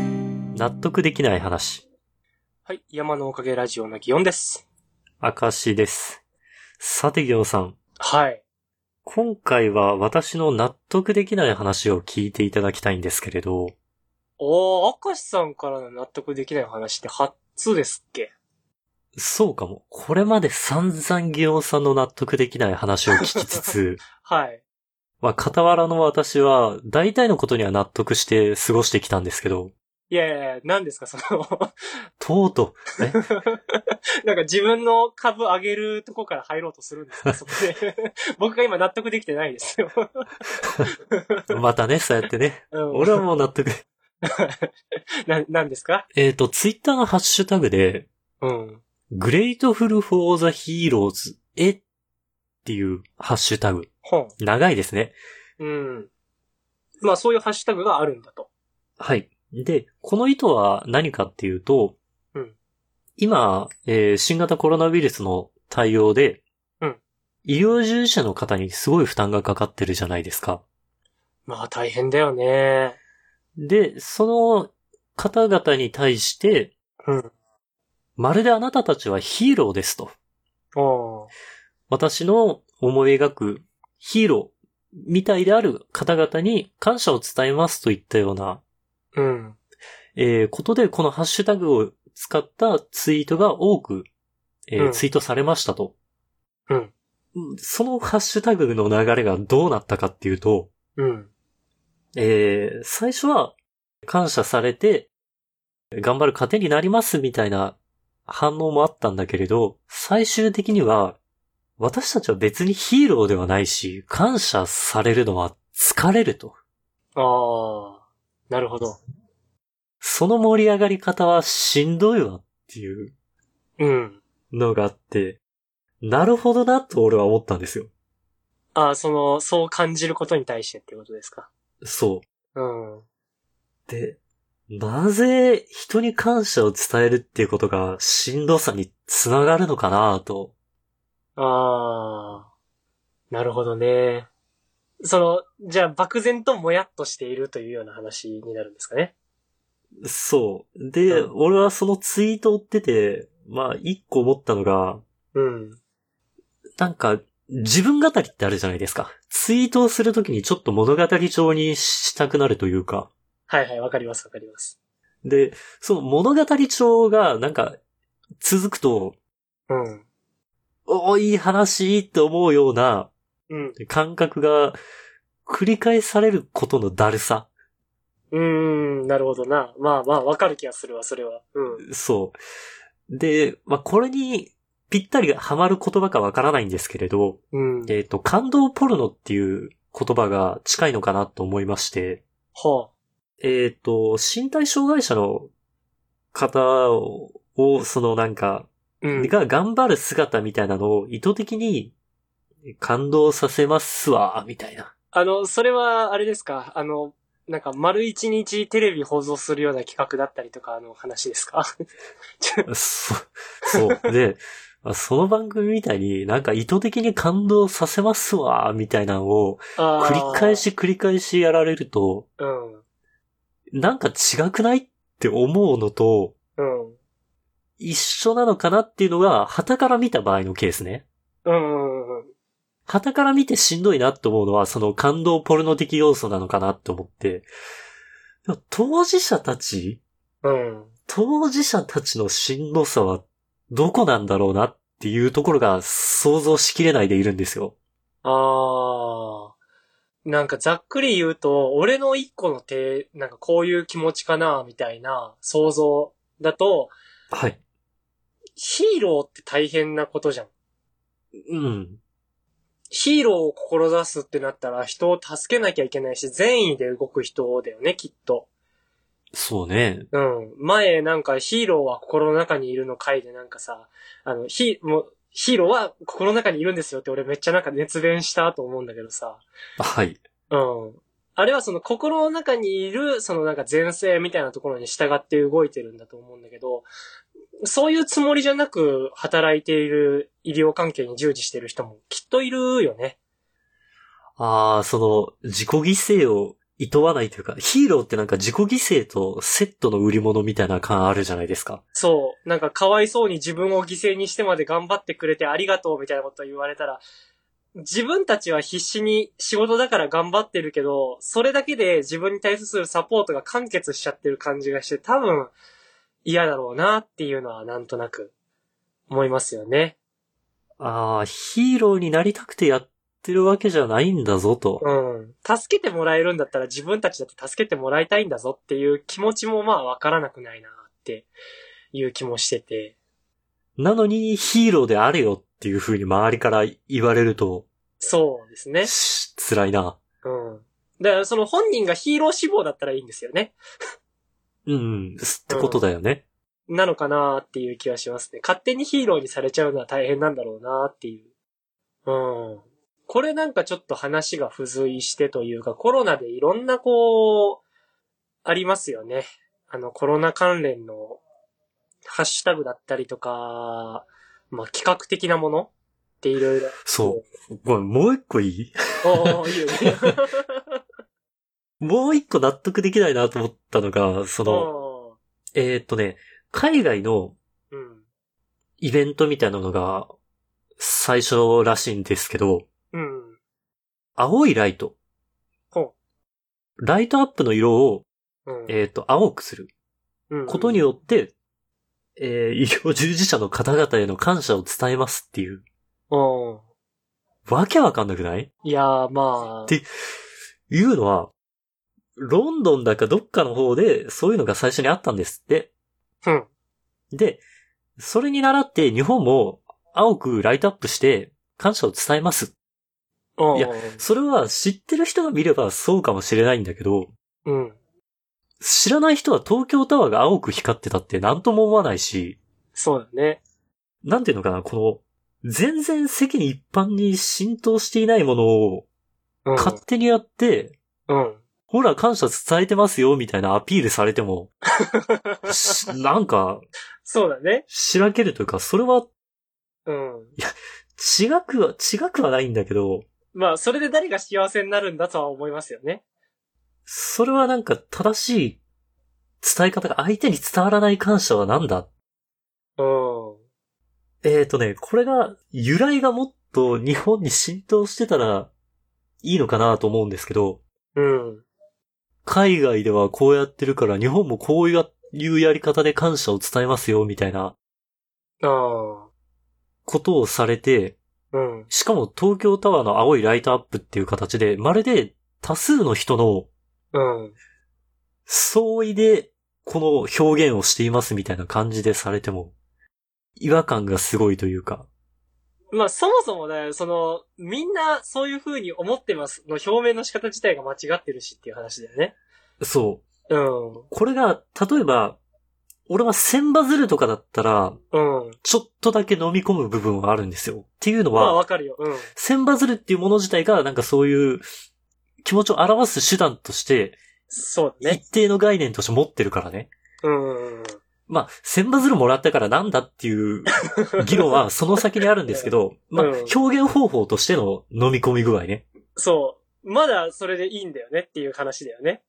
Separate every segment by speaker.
Speaker 1: 納得できない話。
Speaker 2: はい。山のおかげラジオの祇園です。
Speaker 1: 証です。さて、ぎょうさん。
Speaker 2: はい。
Speaker 1: 今回は私の納得できない話を聞いていただきたいんですけれど、
Speaker 2: おー、明石さんからの納得できない話って初ですっけ
Speaker 1: そうかも。これまで散々ぎょうさんの納得できない話を聞きつつ、
Speaker 2: はい。
Speaker 1: まあ、傍らの私は、大体のことには納得して過ごしてきたんですけど、
Speaker 2: いやいやいや、何ですか、その、
Speaker 1: とうと
Speaker 2: なんか自分の株上げるとこから入ろうとするんです か、そこで。僕が今納得できてないですよ。
Speaker 1: う、またね、そうやってね。
Speaker 2: うん、
Speaker 1: 俺はもう納得。
Speaker 2: な、何ですか
Speaker 1: えっと、ツイッターのハッシュタグで、
Speaker 2: うん。
Speaker 1: グレートフルフォーザヒーローズ、えっていうハッシュタグ。
Speaker 2: 本。
Speaker 1: 長いですね。
Speaker 2: うん。まあそういうハッシュタグがあるんだと。
Speaker 1: はい。で、この意図は何かっていうと、
Speaker 2: うん
Speaker 1: 今、えー新型コロナウイルスの対応で、
Speaker 2: うん
Speaker 1: 医療従事者の方にすごい負担がかかってるじゃないですか。
Speaker 2: まあ大変だよね。
Speaker 1: で、その方々に対して、
Speaker 2: うん。
Speaker 1: まるであなたたちはヒーローですと。
Speaker 2: おー
Speaker 1: 私の思い描くヒーローみたいである方々に感謝を伝えますといったような、
Speaker 2: うん。
Speaker 1: えーことでこのハッシュタグを使ったツイートが多く、えー
Speaker 2: うん
Speaker 1: ツイートされましたと。
Speaker 2: うん
Speaker 1: そのハッシュタグの流れがどうなったかっていうと、
Speaker 2: うん。
Speaker 1: えー最初は感謝されて、頑張る糧になりますみたいな反応もあったんだけれど、最終的には、私たちは別にヒーローではないし、感謝されるのは疲れると。
Speaker 2: ああ。なるほど。
Speaker 1: その盛り上がり方はしんどいわっていう
Speaker 2: うん。
Speaker 1: のがあって、なるほどなと俺は思ったんですよ。
Speaker 2: ああ、その、そう感じることに対してっていうことですか。
Speaker 1: そう。
Speaker 2: うん。
Speaker 1: で、なぜ人に感謝を伝えるっていうことがしんどさにつながるのかなと。
Speaker 2: ああ。なるほどね。その、じゃあ、漠然ともやっとしているというような話になるんですかね。
Speaker 1: そう。で、
Speaker 2: うん
Speaker 1: 俺はそのツイートを追ってて、まあ、一個思ったのが、
Speaker 2: うん。
Speaker 1: なんか、自分語りってあるじゃないですか。ツイートをするときにちょっと物語調にしたくなるというか。
Speaker 2: はいはい、わかりますわかります。
Speaker 1: で、その物語調が、なんか、続くと、
Speaker 2: うん。
Speaker 1: おーいい話って思うような
Speaker 2: うん。
Speaker 1: 感覚が繰り返されることのだるさ。
Speaker 2: うーん、なるほどな。まあまあ、わかる気がするわ、それは。うん。
Speaker 1: そう。で、まあ、これにぴったりハマる言葉かわからないんですけれど、
Speaker 2: うん。
Speaker 1: えっ、と、感動ポルノっていう言葉が近いのかなと思いまして、
Speaker 2: は
Speaker 1: えっ、と、身体障害者の方を、をそのなんか、
Speaker 2: あ。うん。
Speaker 1: が頑張る姿みたいなのを意図的に感動させますわ、みたいな。
Speaker 2: あの、それは、あれですかあの、なんか、丸一日テレビ放送するような企画だったりとかの話ですか
Speaker 1: そそう。で、まあその番組みたいになんか意図的に感動させますわ、みたいなのを繰
Speaker 2: 繰
Speaker 1: り返。し繰り返しやられると、
Speaker 2: うん。
Speaker 1: なんか違くないって思うのと、
Speaker 2: うん。
Speaker 1: 一緒なのかなっていうのが、旗から見た場合のケースね。
Speaker 2: うんうんうん。
Speaker 1: 旗から見てしんどいなって思うのは、その感動ポルノ的要素なのかなって思って。でも当事者たち、
Speaker 2: うん。
Speaker 1: 当事者たちのしんどさは、どこなんだろうなっていうところが想像しきれないでいるんですよ。
Speaker 2: あー。なんかざっくり言うと、俺の一個の手、なんかこういう気持ちかな、みたいな想像だと、
Speaker 1: はい。
Speaker 2: ヒーローって大変なことじゃん。
Speaker 1: うん。
Speaker 2: ヒーローを志すってなったら人を助けなきゃいけないし、善意で動く人だよね、きっと。
Speaker 1: そうね。
Speaker 2: うん。前、なんかヒーローは心の中にいるの回でなんかさ、あの、ヒもうヒーローは心の中にいるんですよって俺めっちゃなんか熱弁したと思うんだけどさ。
Speaker 1: はい。
Speaker 2: うん。あれはその心の中にいる、そのなんか前世みたいなところに従って動いてるんだと思うんだけど、そういうつもりじゃなく働いている医療関係に従事してる人もきっといるよね。
Speaker 1: ああ、その、自己犠牲を厭わないというか、ヒーローってなんか自己犠牲とセットの売り物みたいな感あるじゃないですか。
Speaker 2: そう。なんかかわいそうに自分を犠牲にしてまで頑張ってくれてありがとうみたいなこと言われたら、自分たちは必死に仕事だから頑張ってるけど、それだけで自分に対するサポートが完結しちゃってる感じがして、多分嫌だろうなっていうのはなんとなく思いますよね。
Speaker 1: ああ、ヒーローになりたくてやってるわけじゃないんだぞと。
Speaker 2: うん。助けてもらえるんだったら自分たちだって助けてもらいたいんだぞっていう気持ちもまあわからなくないなっていう気もしてて。
Speaker 1: なのにヒーローであれよっていう風に周りから言われると、
Speaker 2: そうですね。
Speaker 1: し辛いな。
Speaker 2: うん。だからその本人がヒーロー志望だったらいいんですよね。
Speaker 1: うん、すってことだよね。
Speaker 2: なのかなーっていう気はしますね。勝手にヒーローにされちゃうのは大変なんだろうなーっていう。うん。これなんかちょっと話が付随してというか、コロナでいろんなこう、ありますよね。あの、コロナ関連のハッシュタグだったりとか、まあ、企画的なものっていろいろ。
Speaker 1: そう。ごめん、もう一個い い
Speaker 2: おー、いいよね。
Speaker 1: もう一個納得できないなと思ったのが、 その、
Speaker 2: お
Speaker 1: えーっとね、海外の
Speaker 2: ーうん。
Speaker 1: イベントみたいなのが最初らしいんですけど、
Speaker 2: うん。
Speaker 1: 青いライト。
Speaker 2: ほ
Speaker 1: ライトアップの色を、
Speaker 2: うん。
Speaker 1: えーっと、青くする
Speaker 2: うん
Speaker 1: ことによって、えー医療従事者の方々への感謝を伝えますっていう。
Speaker 2: うん。
Speaker 1: わけわかんなくない
Speaker 2: いやー、まあ。
Speaker 1: でいうのは、ロンドンだかどっかの方でそういうのが最初にあったんですって。
Speaker 2: うん。
Speaker 1: で、それに倣って日本も青くライトアップして感謝を伝えます。
Speaker 2: うん。
Speaker 1: いやそれは知ってる人が見ればそうかもしれないんだけど、
Speaker 2: うん。
Speaker 1: 知らない人は東京タワーが青く光ってたって何とも思わないし、
Speaker 2: そうだね。
Speaker 1: なんていうのかな、この、全然世間一般に浸透していないものを
Speaker 2: うん。
Speaker 1: 勝手にやって、
Speaker 2: うん。
Speaker 1: ほら感謝伝えてますよみたいなアピールされても、し なんか、
Speaker 2: そうだね。
Speaker 1: しらけるというか、それは
Speaker 2: うん。
Speaker 1: 違くは、違くはないんだけど、
Speaker 2: まあ、それで誰が幸せになるんだとは思いますよね。
Speaker 1: それはなんか正しい伝え方が相手に伝わらない感謝はなんだ
Speaker 2: うん。
Speaker 1: えーとね、これが、由来がもっと日本に浸透してたらいいのかなと思うんですけど、
Speaker 2: うん。
Speaker 1: 海外ではこうやってるから日本もこういうやり方で感謝を伝えますよみたいな
Speaker 2: ああ。
Speaker 1: ことをされて、
Speaker 2: うん。
Speaker 1: しかも東京タワーの青いライトアップっていう形で、まるで多数の人の
Speaker 2: うん。
Speaker 1: 相違でこの表現をしていますみたいな感じでされても、違和感がすごいというか、
Speaker 2: まあ、そもそもね、その、みんなそういう風に思ってますの表明の仕方自体が間違ってるしっていう話だよね。
Speaker 1: そう、
Speaker 2: うん。
Speaker 1: これが、例えば、俺は千バズルとかだったら、
Speaker 2: うん。
Speaker 1: ちょっとだけ飲み込む部分はあるんですよ。っていうの
Speaker 2: まあ、
Speaker 1: は、
Speaker 2: わかるよ。うん。
Speaker 1: 千バズルっていうもの自体が、なんかそういう気持ちを表す手段として、
Speaker 2: そうだね。
Speaker 1: 一定の概念として持ってるからね。
Speaker 2: うん。
Speaker 1: まあ、千バズルもらったからなんだっていう議論はその先にあるんですけど、まあ、
Speaker 2: うん
Speaker 1: 表現方法としての飲み込み具合ね。
Speaker 2: そう。まだそれでいいんだよねっていう話だよね。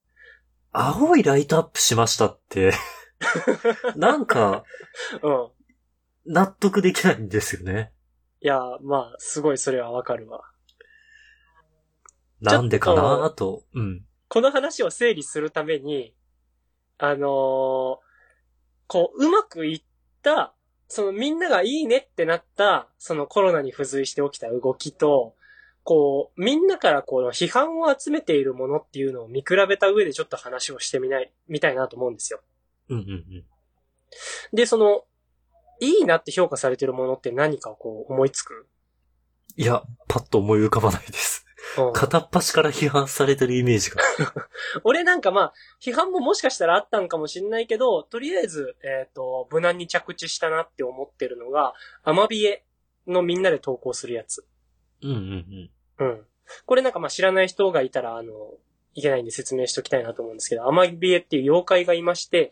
Speaker 1: 青いライトアップしました って、なんか
Speaker 2: うん。
Speaker 1: 納得できないんですよね。
Speaker 2: いや、まあ、すごいそれはわかるわ。
Speaker 1: なんでかなと。うん。
Speaker 2: この話を整理するために、あのーこう、うまくいった、そのみんながいいねってなった、そのコロナに付随して起きた動きと、こう、みんなからこの批判を集めているものっていうのを見比べた上でちょっと話をしてみない、みたいなと思うんですよ。
Speaker 1: うんうんうん。
Speaker 2: で、その、いいなって評価されてるものって何かこう思いつく、
Speaker 1: いや、パッと思い浮かばないです。
Speaker 2: うん
Speaker 1: 片っ端から批判されてるイメージが。
Speaker 2: 俺なんかまあ、批判ももしかしたらあったんかもしんないけど、とりあえず、えっ、と、無難に着地したなって思ってるのが、アマビエのみんなで投稿するやつ。
Speaker 1: うんうんうん。
Speaker 2: うん。これなんかまあ知らない人がいたら、あの、いけないんで説明しておきたいなと思うんですけど、アマビエっていう妖怪がいまして、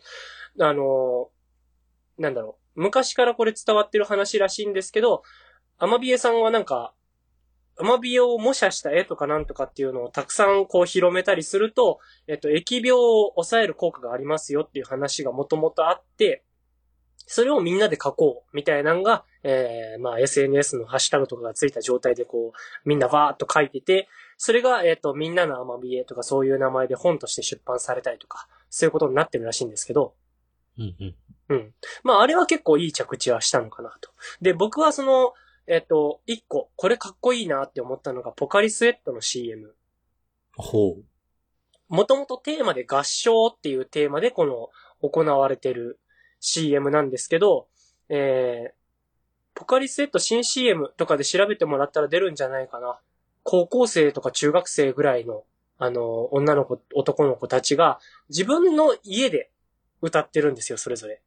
Speaker 2: あの、なんだろう、昔からこれ伝わってる話らしいんですけど、アマビエさんはなんか、アマビエを模写した絵とかなんとかっていうのをたくさんこう広めたりすると、えっと、疫病を抑える効果がありますよっていう話がもともとあって、それをみんなで書こうみたいなのが、えー、まあ SNS のハッシュタグとかがついた状態でこう、みんなわーっと書いてて、それが、えっ、と、みんなのアマビエとかそういう名前で本として出版されたりとか、そういうことになってるらしいんですけど、
Speaker 1: うんうん。
Speaker 2: うん。まあ、あれは結構いい着地はしたのかなと。で、僕はその、えっ、と、一個、これかっこいいなって思ったのが、ポカリスエットの CM。
Speaker 1: ほう。
Speaker 2: もともとテーマで合唱っていうテーマでこの行われてる CM なんですけど、えー、ポカリスエット新 CM とかで調べてもらったら出るんじゃないかな。高校生とか中学生ぐらいの、あの、女の子、男の子たちが自分の家で歌ってるんですよ、それぞれ。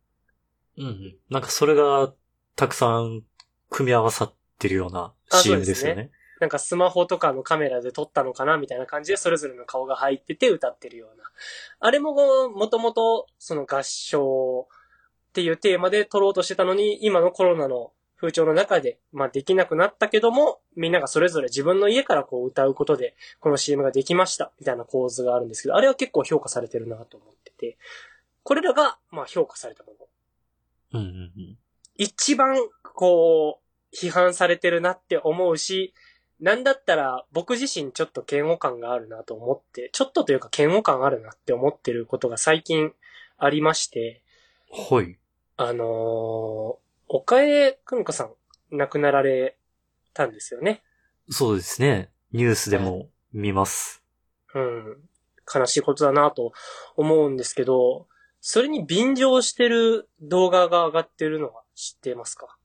Speaker 1: うんうん。なんかそれがたくさん組み合わさってるような
Speaker 2: あ
Speaker 1: CM ですよね。
Speaker 2: なんかスマホとかのカメラで撮ったのかなみたいな感じでそれぞれの顔が入ってて歌ってるような。あれももともとその合唱っていうテーマで撮ろうとしてたのに、今のコロナの風潮の中で、まあできなくなったけども、みんながそれぞれ自分の家からこう歌うことで、この CM ができましたみたいな構図があるんですけど、あれは結構評価されてるなと思ってて、これらが、まあ評価されたもの。
Speaker 1: うんうんうん。
Speaker 2: 一番、こう、批判されてるなって思うし、なんだったら僕自身ちょっと嫌悪感があるなと思って、ちょっとというか嫌悪感あるなって思ってることが最近ありまして、
Speaker 1: はい。
Speaker 2: あのー、岡江くんかさん亡くなられたんですよね。
Speaker 1: そうですね。ニュースでも見ます。
Speaker 2: うん。悲しいことだなと思うんですけど、それに便乗してる動画が上がってるのは知ってますか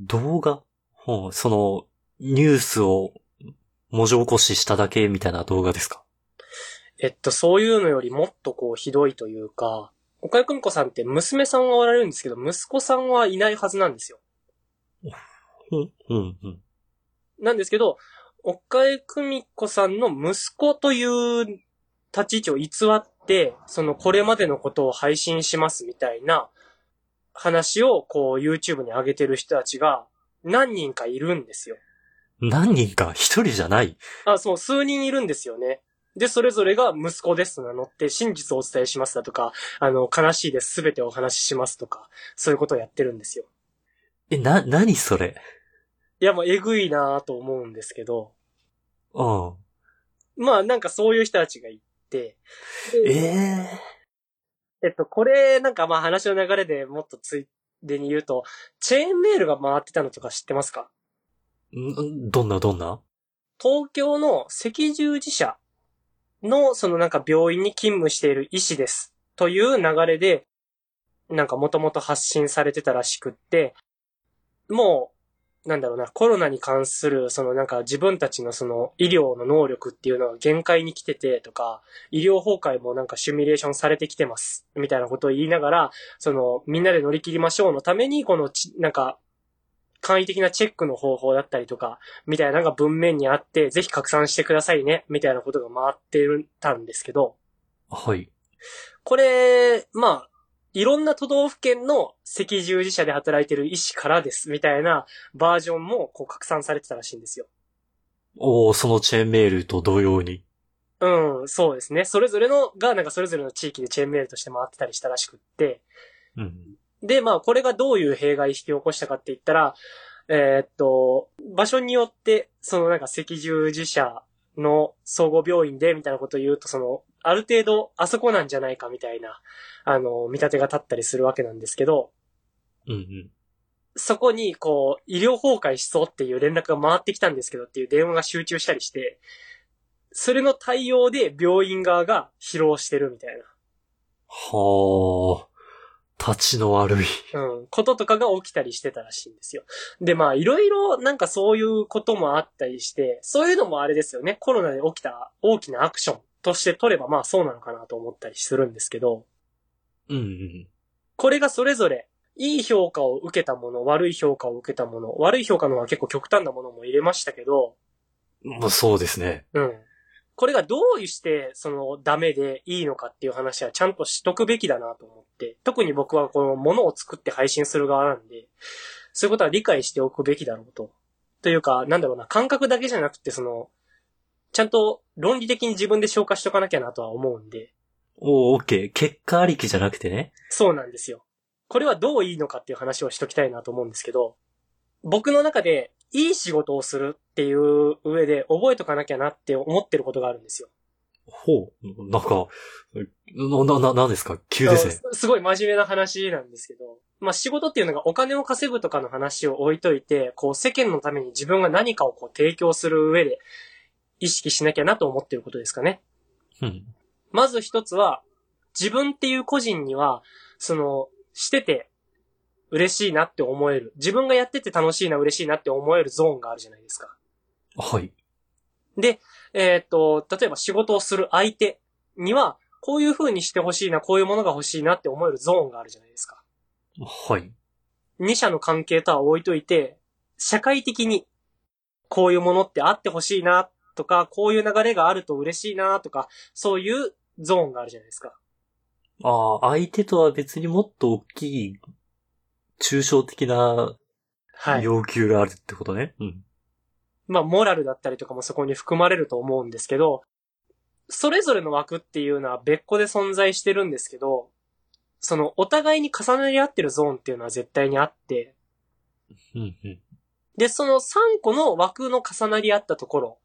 Speaker 1: 動画ほう。その、ニュースを文字起こししただけみたいな動画ですか
Speaker 2: えっと、そういうのよりもっとこう、ひどいというか、岡井くんこさんって娘さんはおられるんですけど、息子さんはいないはずなんですよ。
Speaker 1: うん、うん、うん。
Speaker 2: なんですけど、岡江久美子さんの息子という立ち位置を偽って、そのこれまでのことを配信しますみたいな話をこう YouTube に上げてる人たちが何人かいるんですよ。
Speaker 1: 何人か一人じゃない。
Speaker 2: あ、そう、数人いるんですよね。で、それぞれが息子ですと名乗って、真実をお伝えしますだとか、あの、悲しいです、すべてお話ししますとか、そういうことをやってるんですよ。
Speaker 1: え、な、何それ
Speaker 2: いや、もうえぐいなぁと思うんですけど、
Speaker 1: うん。
Speaker 2: まあなんかそういう人たちがいて、
Speaker 1: え
Speaker 2: で
Speaker 1: え
Speaker 2: えっと、これなんかまあ話の流れでもっとついでに言うと、チェーンメールが回ってたのとか知ってますか
Speaker 1: んどんなどんな
Speaker 2: 東京の赤十字社の、そのなんか病院に勤務している医師です。という流れで、なんかもともと発信されてたらしくって、もう、なんだろうな、コロナに関する、そのなんか自分たちのその医療の能力っていうのは限界に来ててとか、医療崩壊もなんかシミュレーションされてきてます、みたいなことを言いながら、そのみんなで乗り切りましょうのために、このち、なんか、簡易的なチェックの方法だったりとか、みたいなのが文面にあって、ぜひ拡散してくださいね、みたいなことが回ってたんですけど、
Speaker 1: はい。
Speaker 2: これ、まあ、いろんな都道府県の赤十字社で働いてる医師からです、みたいなバージョンもこう拡散されてたらしいんですよ。
Speaker 1: おーそのチェーンメールと同様に。
Speaker 2: うん、そうですね。それぞれのが、なんかそれぞれの地域でチェーンメールとして回ってたりしたらしくって、
Speaker 1: うん。
Speaker 2: で、まあ、これがどういう弊害引き起こしたかって言ったら、えーっと、場所によって、そのなんか赤十字社の総合病院でみたいなことを言うと、その、ある程度、あそこなんじゃないかみたいな、あの、見立てが立ったりするわけなんですけど、
Speaker 1: うんうん。
Speaker 2: そこに、こう、医療崩壊しそうっていう連絡が回ってきたんですけどっていう電話が集中したりして、それの対応で病院側が疲労してるみたいな。
Speaker 1: はあ、立ちの悪い。
Speaker 2: うん、こととかが起きたりしてたらしいんですよ。で、まあ、いろいろなんかそういうこともあったりして、そういうのもあれですよね、コロナで起きた大きなアクションとして取ればまあそうなのかなと思ったりするんですけど、
Speaker 1: うんうん。
Speaker 2: これがそれぞれ、いい評価を受けたもの、悪い評価を受けたもの、悪い評価の方は結構極端なものも入れましたけど、
Speaker 1: まあ、そうですね。
Speaker 2: うん。これがどうして、その、ダメでいいのかっていう話はちゃんとしとくべきだなと思って、特に僕はこのものを作って配信する側なんで、そういうことは理解しておくべきだろうとというか、なんだろうな、感覚だけじゃなくて、その、ちゃんと論理的に自分で消化しとかなきゃなとは思うんで、
Speaker 1: おー、オッケー。結果ありきじゃなくてね。
Speaker 2: そうなんですよ。これはどういいのかっていう話をしときたいなと思うんですけど、僕の中でいい仕事をするっていう上で覚えとかなきゃなって思ってることがあるんですよ。
Speaker 1: ほう。なんか、な、な、な、なんですか急ですね。
Speaker 2: すごい真面目な話なんですけど、まあ仕事っていうのがお金を稼ぐとかの話を置いといて、こう世間のために自分が何かをこう提供する上で意識しなきゃなと思ってることですかね。
Speaker 1: うん。
Speaker 2: まず一つは、自分っていう個人には、その、してて、嬉しいなって思える。自分がやってて楽しいな、嬉しいなって思えるゾーンがあるじゃないですか。
Speaker 1: はい。
Speaker 2: で、えーっと、例えば仕事をする相手には、こういう風にしてほしいな、こういうものが欲しいなって思えるゾーンがあるじゃないですか。
Speaker 1: はい。
Speaker 2: 二者の関係とは置いといて、社会的に、こういうものってあってほしいな、とか、こういう流れがあると嬉しいな、とか、そういうゾーンがあるじゃないですか。
Speaker 1: ああ、相手とは別にもっと大きい、抽象的な
Speaker 2: はい。
Speaker 1: 要求があるってことね。うん。
Speaker 2: まあ、モラルだったりとかもそこに含まれると思うんですけど、それぞれの枠っていうのは別個で存在してるんですけど、その、お互いに重なり合ってるゾーンっていうのは絶対にあって、
Speaker 1: うん、うん。
Speaker 2: で、その3個の枠の重なり合ったところ、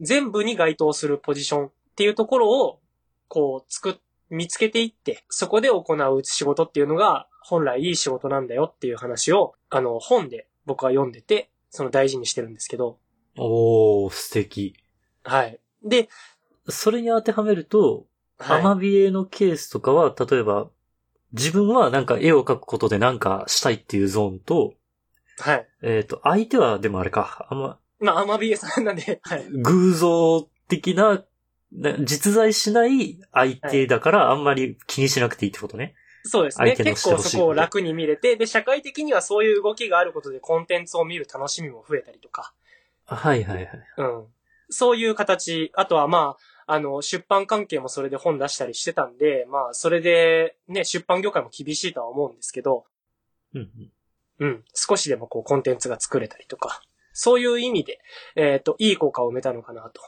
Speaker 2: 全部に該当するポジションっていうところを、こう、作っ、見つけていって、そこで行う仕事っていうのが、本来いい仕事なんだよっていう話を、あの、本で僕は読んでて、その大事にしてるんですけど、
Speaker 1: おー、素敵。
Speaker 2: はい。で、
Speaker 1: それに当てはめると、
Speaker 2: はい
Speaker 1: アマビエのケースとかは、例えば、自分はなんか絵を描くことでなんかしたいっていうゾーンと、
Speaker 2: はい。
Speaker 1: えっ、と、相手はでもあれか、あんま、
Speaker 2: まあ、アマビエさんなんで、はい。
Speaker 1: 偶像的な、な実在しない相手だからあんまり気にしなくていいってことね。
Speaker 2: そうですね。
Speaker 1: 相手の
Speaker 2: 結
Speaker 1: して
Speaker 2: 構
Speaker 1: ほしい
Speaker 2: そこを楽に見れて、で、社会的にはそういう動きがあることでコンテンツを見る楽しみも増えたりとか、
Speaker 1: はいはいはい。
Speaker 2: うん。そういう形、あとはまあ、あの、出版関係もそれで本出したりしてたんで、まあ、それで、ね、出版業界も厳しいとは思うんですけど、
Speaker 1: うんうん
Speaker 2: うん、少しでもこう、コンテンツが作れたりとか、そういう意味で、えっ、と、いい効果を埋めたのかなと。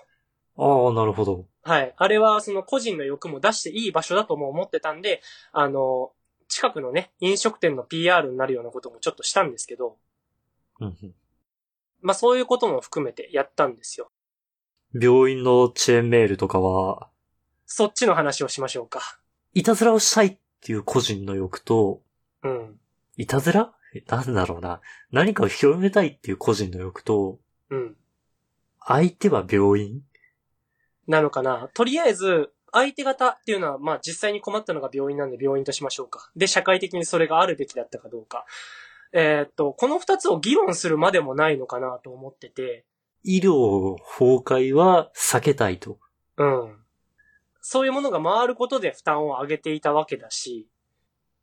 Speaker 1: ああ、なるほど。
Speaker 2: はい。あれは、その個人の欲も出していい場所だとも思ってたんで、あの、近くのね、飲食店の PR になるようなこともちょっとしたんですけど、
Speaker 1: うんうん
Speaker 2: まあそういうことも含めてやったんですよ。
Speaker 1: 病院のチェーンメールとかは、
Speaker 2: そっちの話をしましょうか。
Speaker 1: いたずらをしたいっていう個人の欲と、
Speaker 2: うん。
Speaker 1: いたずらえなんだろうな。何かを広めたいっていう個人の欲と、
Speaker 2: うん。
Speaker 1: 相手は病院
Speaker 2: なのかな。とりあえず、相手方っていうのは、まあ実際に困ったのが病院なんで病院としましょうか。で、社会的にそれがあるべきだったかどうか。えーっと、この二つを議論するまでもないのかなと思ってて、
Speaker 1: 医療崩壊は避けたいと。
Speaker 2: うん。そういうものが回ることで負担を上げていたわけだし、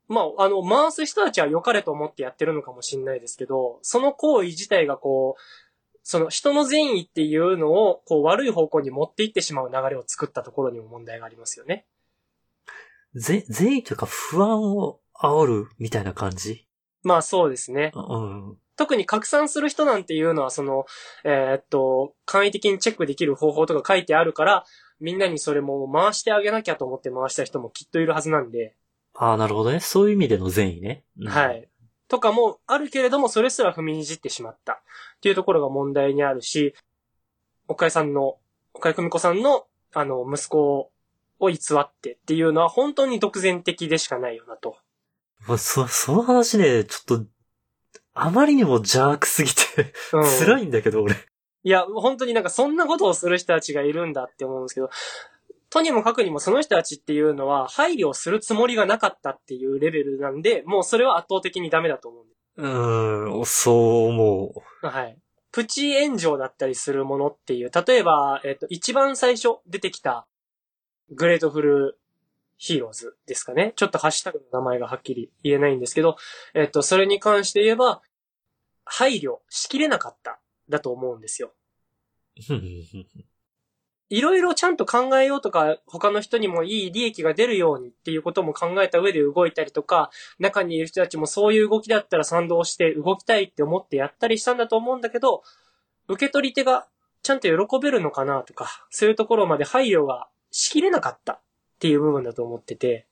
Speaker 2: まあ、あの、回す人たちは良かれと思ってやってるのかもしれないですけど、その行為自体がこう、その人の善意っていうのを、こう、悪い方向に持っていってしまう流れを作ったところにも問題がありますよね。
Speaker 1: ぜ、善意というか不安を煽るみたいな感じ
Speaker 2: まあそうですね。
Speaker 1: うん。
Speaker 2: 特に拡散する人なんていうのは、その、えーっと、簡易的にチェックできる方法とか書いてあるから、みんなにそれも回してあげなきゃと思って回した人もきっといるはずなんで、
Speaker 1: ああ、なるほどね。そういう意味での善意ね。うん
Speaker 2: はい。とかもあるけれども、それすら踏みにじってしまった。っていうところが問題にあるし、岡井さんの、岡井久美子さんの、あの、息子を偽ってっていうのは本当に独善的でしかないよなと。
Speaker 1: まあそ、その話ね、ちょっと、あまりにも邪悪すぎて、
Speaker 2: うん、
Speaker 1: 辛
Speaker 2: い。
Speaker 1: いんだけど、俺。
Speaker 2: いや、本当になんかそんなことをする人たちがいるんだって思うんですけど、とにもかくにもその人たちっていうのは配慮をするつもりがなかったっていうレベルなんで、もうそれは圧倒的にダメだと思うんです
Speaker 1: うーん、そう思う。
Speaker 2: はい。プチ炎上だったりするものっていう、例えば、えっ、と、一番最初出てきた、グレートフルヒーローズですかね。ちょっとハッシュタグの名前がはっきり言えないんですけど、えっ、と、それに関して言えば、配慮しきれなかった、だと思うんですよ。いろいろちゃんと考えようとか、他の人にもいい利益が出るようにっていうことも考えた上で動いたりとか、中にいる人たちもそういう動きだったら賛同して動きたいって思ってやったりしたんだと思うんだけど、受け取り手がちゃんと喜べるのかなとか、そういうところまで配慮がしきれなかったっていう部分だと思ってて、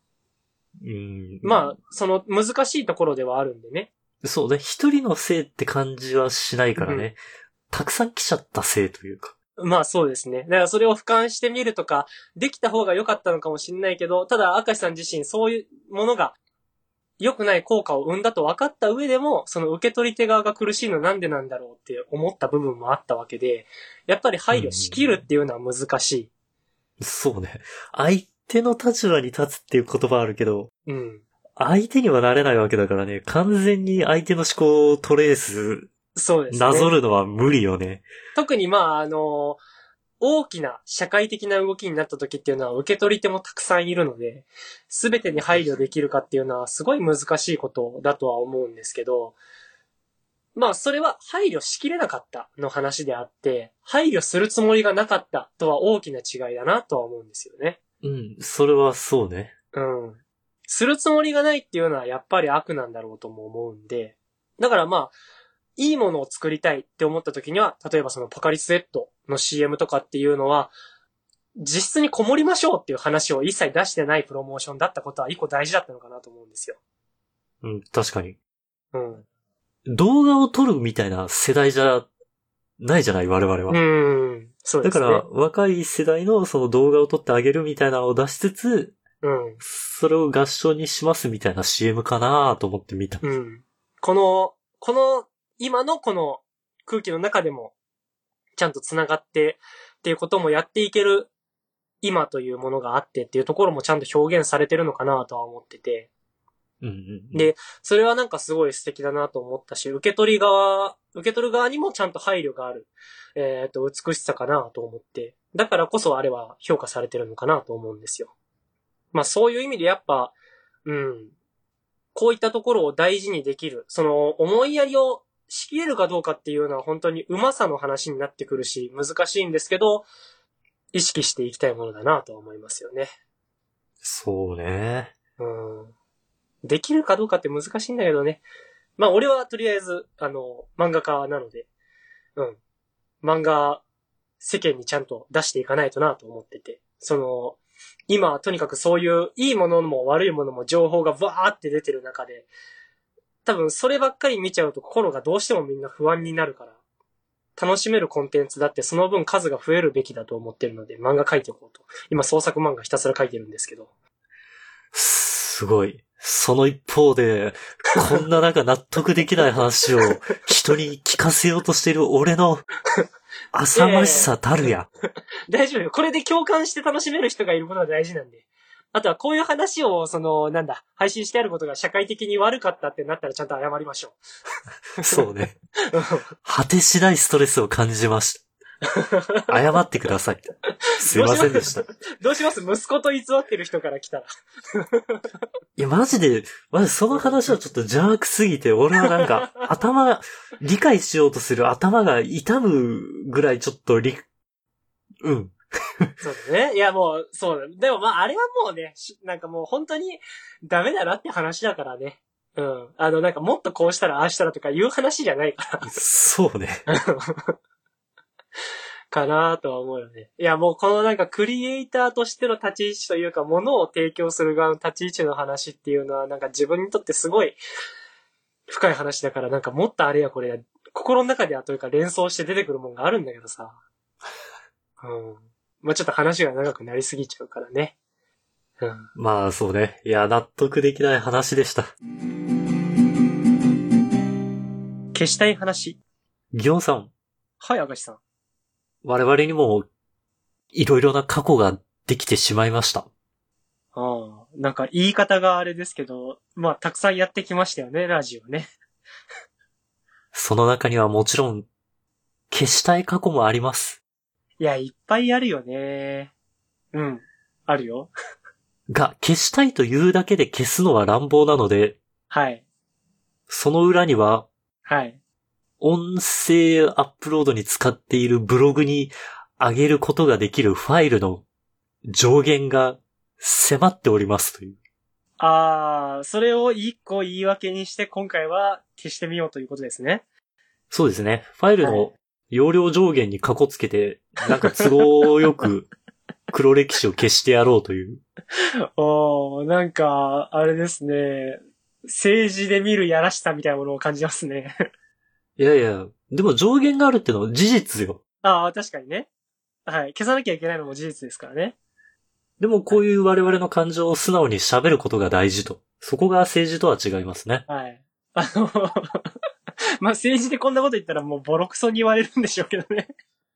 Speaker 1: うん。
Speaker 2: まあ、その難しいところではあるんでね。
Speaker 1: あ。そうね。一人のせいって感じはしないからね。たくさん来ちゃったせいというか。
Speaker 2: まあそうですね。だからそれを俯瞰してみるとか、できた方が良かったのかもしれないけど、ただ、明石さん自身そういうものが良くない効果を生んだと分かった上でも、その受け取り手側が苦しいのはなんでなんだろうって思った部分もあったわけで、やっぱり配慮しきるっていうのは難し
Speaker 1: そうね。相手の立場に立つっていう言葉あるけど、
Speaker 2: い。うん。
Speaker 1: 相手にはなれないわけだからね。完全に相手の思考をトレース、
Speaker 2: そうですね。
Speaker 1: なぞるのは無理よね。
Speaker 2: 特にまあ、あの、大きな社会的な動きになった時っていうのは受け取り手もたくさんいるので、すべてに配慮できるかっていうのはすごい難しいことだとは思うんですけど、まあそれは配慮しきれなかったの話であって、配慮するつもりがなかったとは大きな違いだなとは思うんですよね。
Speaker 1: うん。それはそうね。
Speaker 2: うん。するつもりがないっていうのはやっぱり悪なんだろうとも思うんで、だからまあ、いいものを作りたいって思った時には、例えばそのポカリスエットの CM とかっていうのは、実質にこもりましょうっていう話を一切出してないプロモーションだったことは一個大事だったのかなと思うんですよ。
Speaker 1: うん、確かに。
Speaker 2: うん。
Speaker 1: 動画を撮るみたいな世代じゃないじゃない、我々は。
Speaker 2: うん。そうで
Speaker 1: だ
Speaker 2: す
Speaker 1: か
Speaker 2: ね。
Speaker 1: ら、若い世代のその動画を撮ってあげるみたいなのを出しつつ、
Speaker 2: うん。
Speaker 1: それを合唱にしますみたいな CM かなと思って見た。
Speaker 2: うん。この、この、今のこの空気の中でも、ちゃんと繋がってっていうこともやっていける、今というものがあってっていうところもちゃんと表現されてるのかなとは思ってて、
Speaker 1: うんうんうん、
Speaker 2: でそれはなんかすごい素敵だなと思ったし、受け取り側、受け取る側にもちゃんと配慮がある、えっ、と、美しさかなと思って、だからこそあれは評価されてるのかなと思うんですよ。まあそういう意味でやっぱ、うん、こういったところを大事にできる、その思いやりをしきれるかどうかっていうのは本当にうまさの話になってくるし、難しいんですけど、意識していきたいものだなとは思いますよね。
Speaker 1: そうね。
Speaker 2: うんできるかどうかって難しいんだけどね。まあ俺はとりあえず、あの、漫画家なので、うん。漫画、世間にちゃんと出していかないとなと思ってて。その、今、とにかくそういういいものも悪いものも情報がわーって出てる中で、多分そればっかり見ちゃうと心がどうしてもみんな不安になるから、楽しめるコンテンツだってその分数が増えるべきだと思ってるので漫画描いていこうと。今創作漫画ひたすら描いてるんですけど。
Speaker 1: すごい。その一方で、こんななんか納得できない話を人に聞かせようとしてる俺 の浅ましさたるや。
Speaker 2: 大丈夫よ。これで共感して楽しめる人がいることは大事なんで。あとはこういう話を、その、なんだ、配信してあることが社会的に悪かったってなったらちゃんと謝りましょ
Speaker 1: そうね。
Speaker 2: う。
Speaker 1: 果てしないストレスを感じました。謝ってください。すいませんでした。い
Speaker 2: どうします息子と偽ってる人から来たら。
Speaker 1: や、マジで、マジその話はちょっと邪悪すぎて、俺はなんか、頭、理解しようとする頭が痛むぐらいちょっと理、うん。
Speaker 2: そうだね。いやもう、そうだ。でもまあ、あれはもうね、しなんかもう本当にダメだなって話だからね。うん。あの、なんかもっとこうしたら、ああしたらとかいう話じゃないから。
Speaker 1: そうね。
Speaker 2: かなとは思うよね。いや、もうこのなんかクリエイターとしての立ち位置というか、ものを提供する側の立ち位置の話っていうのは、なんか自分にとってすごい深い話だから、なんかもっとあれやこれや、心の中ではというか連想して出てくるもんがあるんだけどさ。うん。まあちょっと話が長くなりすぎちゃうからね。うん。
Speaker 1: まあ、そうね。いや、納得できない話でした。
Speaker 2: 消したい話。
Speaker 1: ギオンさん、
Speaker 2: はい、明石さん。
Speaker 1: 我々にも、いろいろな過去ができてしまいました。
Speaker 2: ああ、なんか言い方があれですけど、まあたくさんやってきましたよね、ラジオね。
Speaker 1: その中にはもちろん、消したい過去もあります。
Speaker 2: いや、いっぱいあるよね。うん。あるよ。
Speaker 1: が、消したいというだけで消すのは乱暴なので、
Speaker 2: はい。
Speaker 1: その裏には、
Speaker 2: はい。
Speaker 1: 音声アップロードに使っているブログに上げることができるファイルの上限が迫っておりますという。
Speaker 2: あー、それを一個言い訳にして今回は消してみようということですね。
Speaker 1: そうですね。ファイル
Speaker 2: は
Speaker 1: の容量上限にカコつけて、なんか都合よく黒歴史を消してやろうという。
Speaker 2: おーなんか、あれですね。政治で見るやらしさみたいなものを感じますね。
Speaker 1: いやいや、でも上限があるってのは事実よ。
Speaker 2: ああ、確かにね。はい。消さなきゃいけないのも事実ですからね。
Speaker 1: でもこういう我々の感情を素直に喋ることが大事と。そこが政治とは違いますね。
Speaker 2: はい。あの、 まあ、政治でこんなこと言ったらもうボロクソに言われるんでしょうけどね。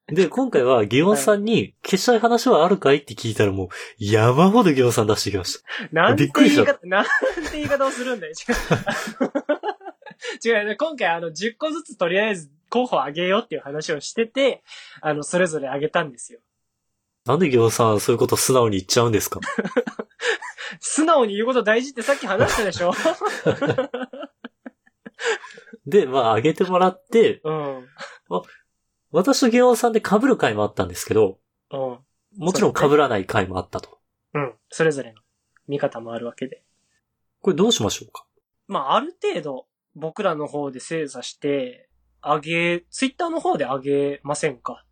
Speaker 1: で、今回はギオンさんに消したい話はあるかいって聞いたらもう山ほどギオンさん出してきました。
Speaker 2: なんて
Speaker 1: びっくり
Speaker 2: 言
Speaker 1: し
Speaker 2: い
Speaker 1: た
Speaker 2: 方、なんて言い方をするんだよ。違う。違うね。今回あの、10個ずつとりあえず候補あげようっていう話をしてて、あの、それぞれあげたんですよ。
Speaker 1: なんでギオンさんそういうこと素直に言っちゃうんですか
Speaker 2: 素直に言うこと大事ってさっき話した でしょ
Speaker 1: で、まあ上げてもらって、
Speaker 2: うん。
Speaker 1: 私とギオンさんで被る回もあったんですけど、
Speaker 2: うん。
Speaker 1: もちろん被らない回もあったと。
Speaker 2: うん。それぞれの見方もあるわけで。
Speaker 1: これどうしましょうか
Speaker 2: まあ、ある程度、僕らの方で精査して、あげ、ツイッターの方であげませんか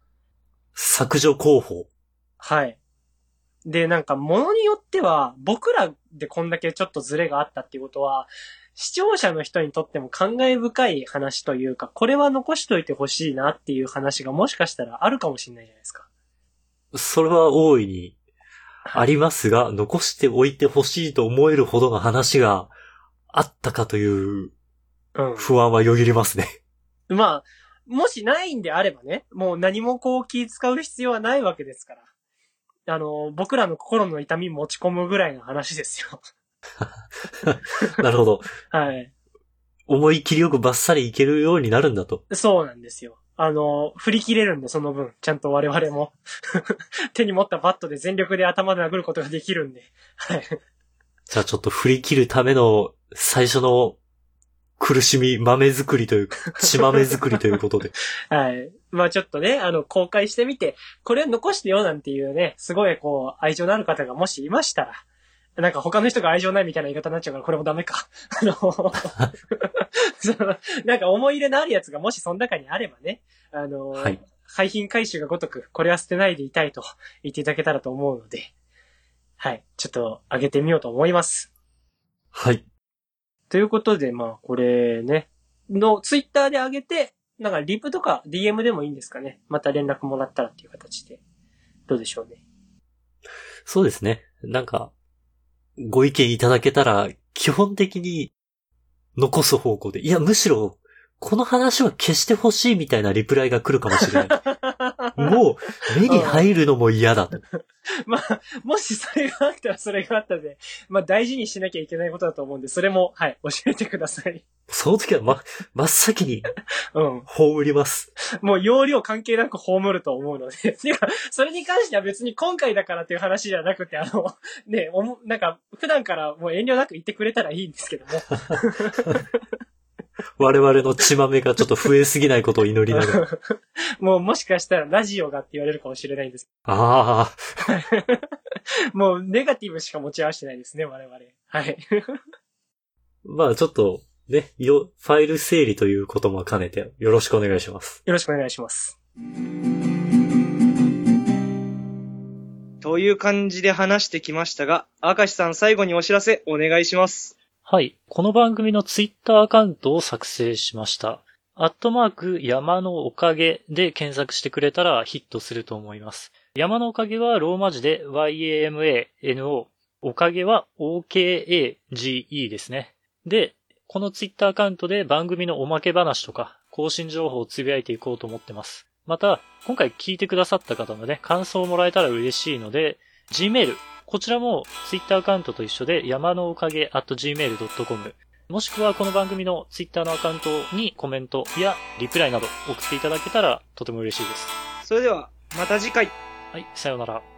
Speaker 1: 削除広報。
Speaker 2: はい。で、なんか、ものによっては、僕らでこんだけちょっとズレがあったっていうことは、視聴者の人にとっても感慨深い話というか、これは残しといてほしいなっていう話がもしかしたらあるかもしれないじゃないですか。
Speaker 1: それは大いにありますが、残しておいてほしいと思えるほどの話があったかという
Speaker 2: うん。
Speaker 1: 不安はよぎりますね。
Speaker 2: まあ、もしないんであればね、もう何もこう気使う必要はないわけですから。あの、僕らの心の痛み持ち込むぐらいの話ですよ。
Speaker 1: なるほど。
Speaker 2: はい。
Speaker 1: 思い切りよくバッサリいけるようになるんだと。
Speaker 2: そうなんですよ。あの、振り切れるんで、その分。ちゃんと我々も。 手に持ったバットで全力で頭で殴ることができるんで。はい。
Speaker 1: じゃあちょっと振り切るための最初の苦しみ、豆作りというか、血豆作りということで。
Speaker 2: はい。まあちょっとね、あの、公開してみて、これは残してよなんていうね、すごいこう、愛情のある方がもしいましたら、なんか他の人が愛情ないみたいな言い方になっちゃうから、これもダメか。あの、そのなんか思い入れのあるやつがもしその中にあればね、あの、
Speaker 1: はい。
Speaker 2: 廃品回収がごとく、これは捨てないでいたいと言っていただけたらと思うので、はい。ちょっと、あげてみようと思います。
Speaker 1: はい。
Speaker 2: ということで、まあ、これね、の、ツイッターで上げて、なんか、リプとか DM でもいいんですかね。また連絡もらったらっていう形で。どうでしょう ね。
Speaker 1: そうですね。なんか、ご意見いただけたら、基本的に残す方向で。いや、むしろ、この話は消してほしいみたいなリプライが来るかもしれない。 もう、目に入るのも嫌だと。
Speaker 2: まあ、もしそれがあったらそれがあったで、まあ、大事にしなきゃいけないことだと思うんで、それも、はい、教えてください。
Speaker 1: その時は、ま、真っ先に
Speaker 2: うん。
Speaker 1: 葬ります。
Speaker 2: もう容量関係なく葬ると思うので。 てか、それに関しては別に今回だからっていう話じゃなくて、あの、 ね、おも、なんか、普段からもう遠慮なく言ってくれたらいいんですけども。
Speaker 1: 我々の血豆がちょっと増えすぎないことを祈りな がら。
Speaker 2: もうもしかしたらラジオがって言われるかもしれないんです
Speaker 1: ああ、
Speaker 2: けど、もうネガティブしか持ち合わせてないですね、我々。はい。
Speaker 1: まあちょっと、ね、よ、ファイル整理ということも兼ねて、よろしくお願いします。
Speaker 2: よろしくお願いします。
Speaker 3: という感じで話してきましたが、明石さん最後にお知らせお願いします。
Speaker 4: はい。この番組のツイッターアカウントを作成しました。アットマーク山のおかげで検索してくれたらヒットすると思います。山のおかげはローマ字で YAMANO。おかげは OKAGE ですね。で、このツイッターアカウントで番組のおまけ話とか更新情報をつぶやいていこうと思ってます。また、今回聞いてくださった方のね、感想をもらえたら嬉しいので、Gmail、こちらも Twitter アカウントと一緒で山のおかげ at gmail.com もしくはこの番組の Twitter のアカウントにコメントやリプライなど送っていただけたらとても嬉しいです。
Speaker 3: それでは、また次回。
Speaker 4: はい、さようなら。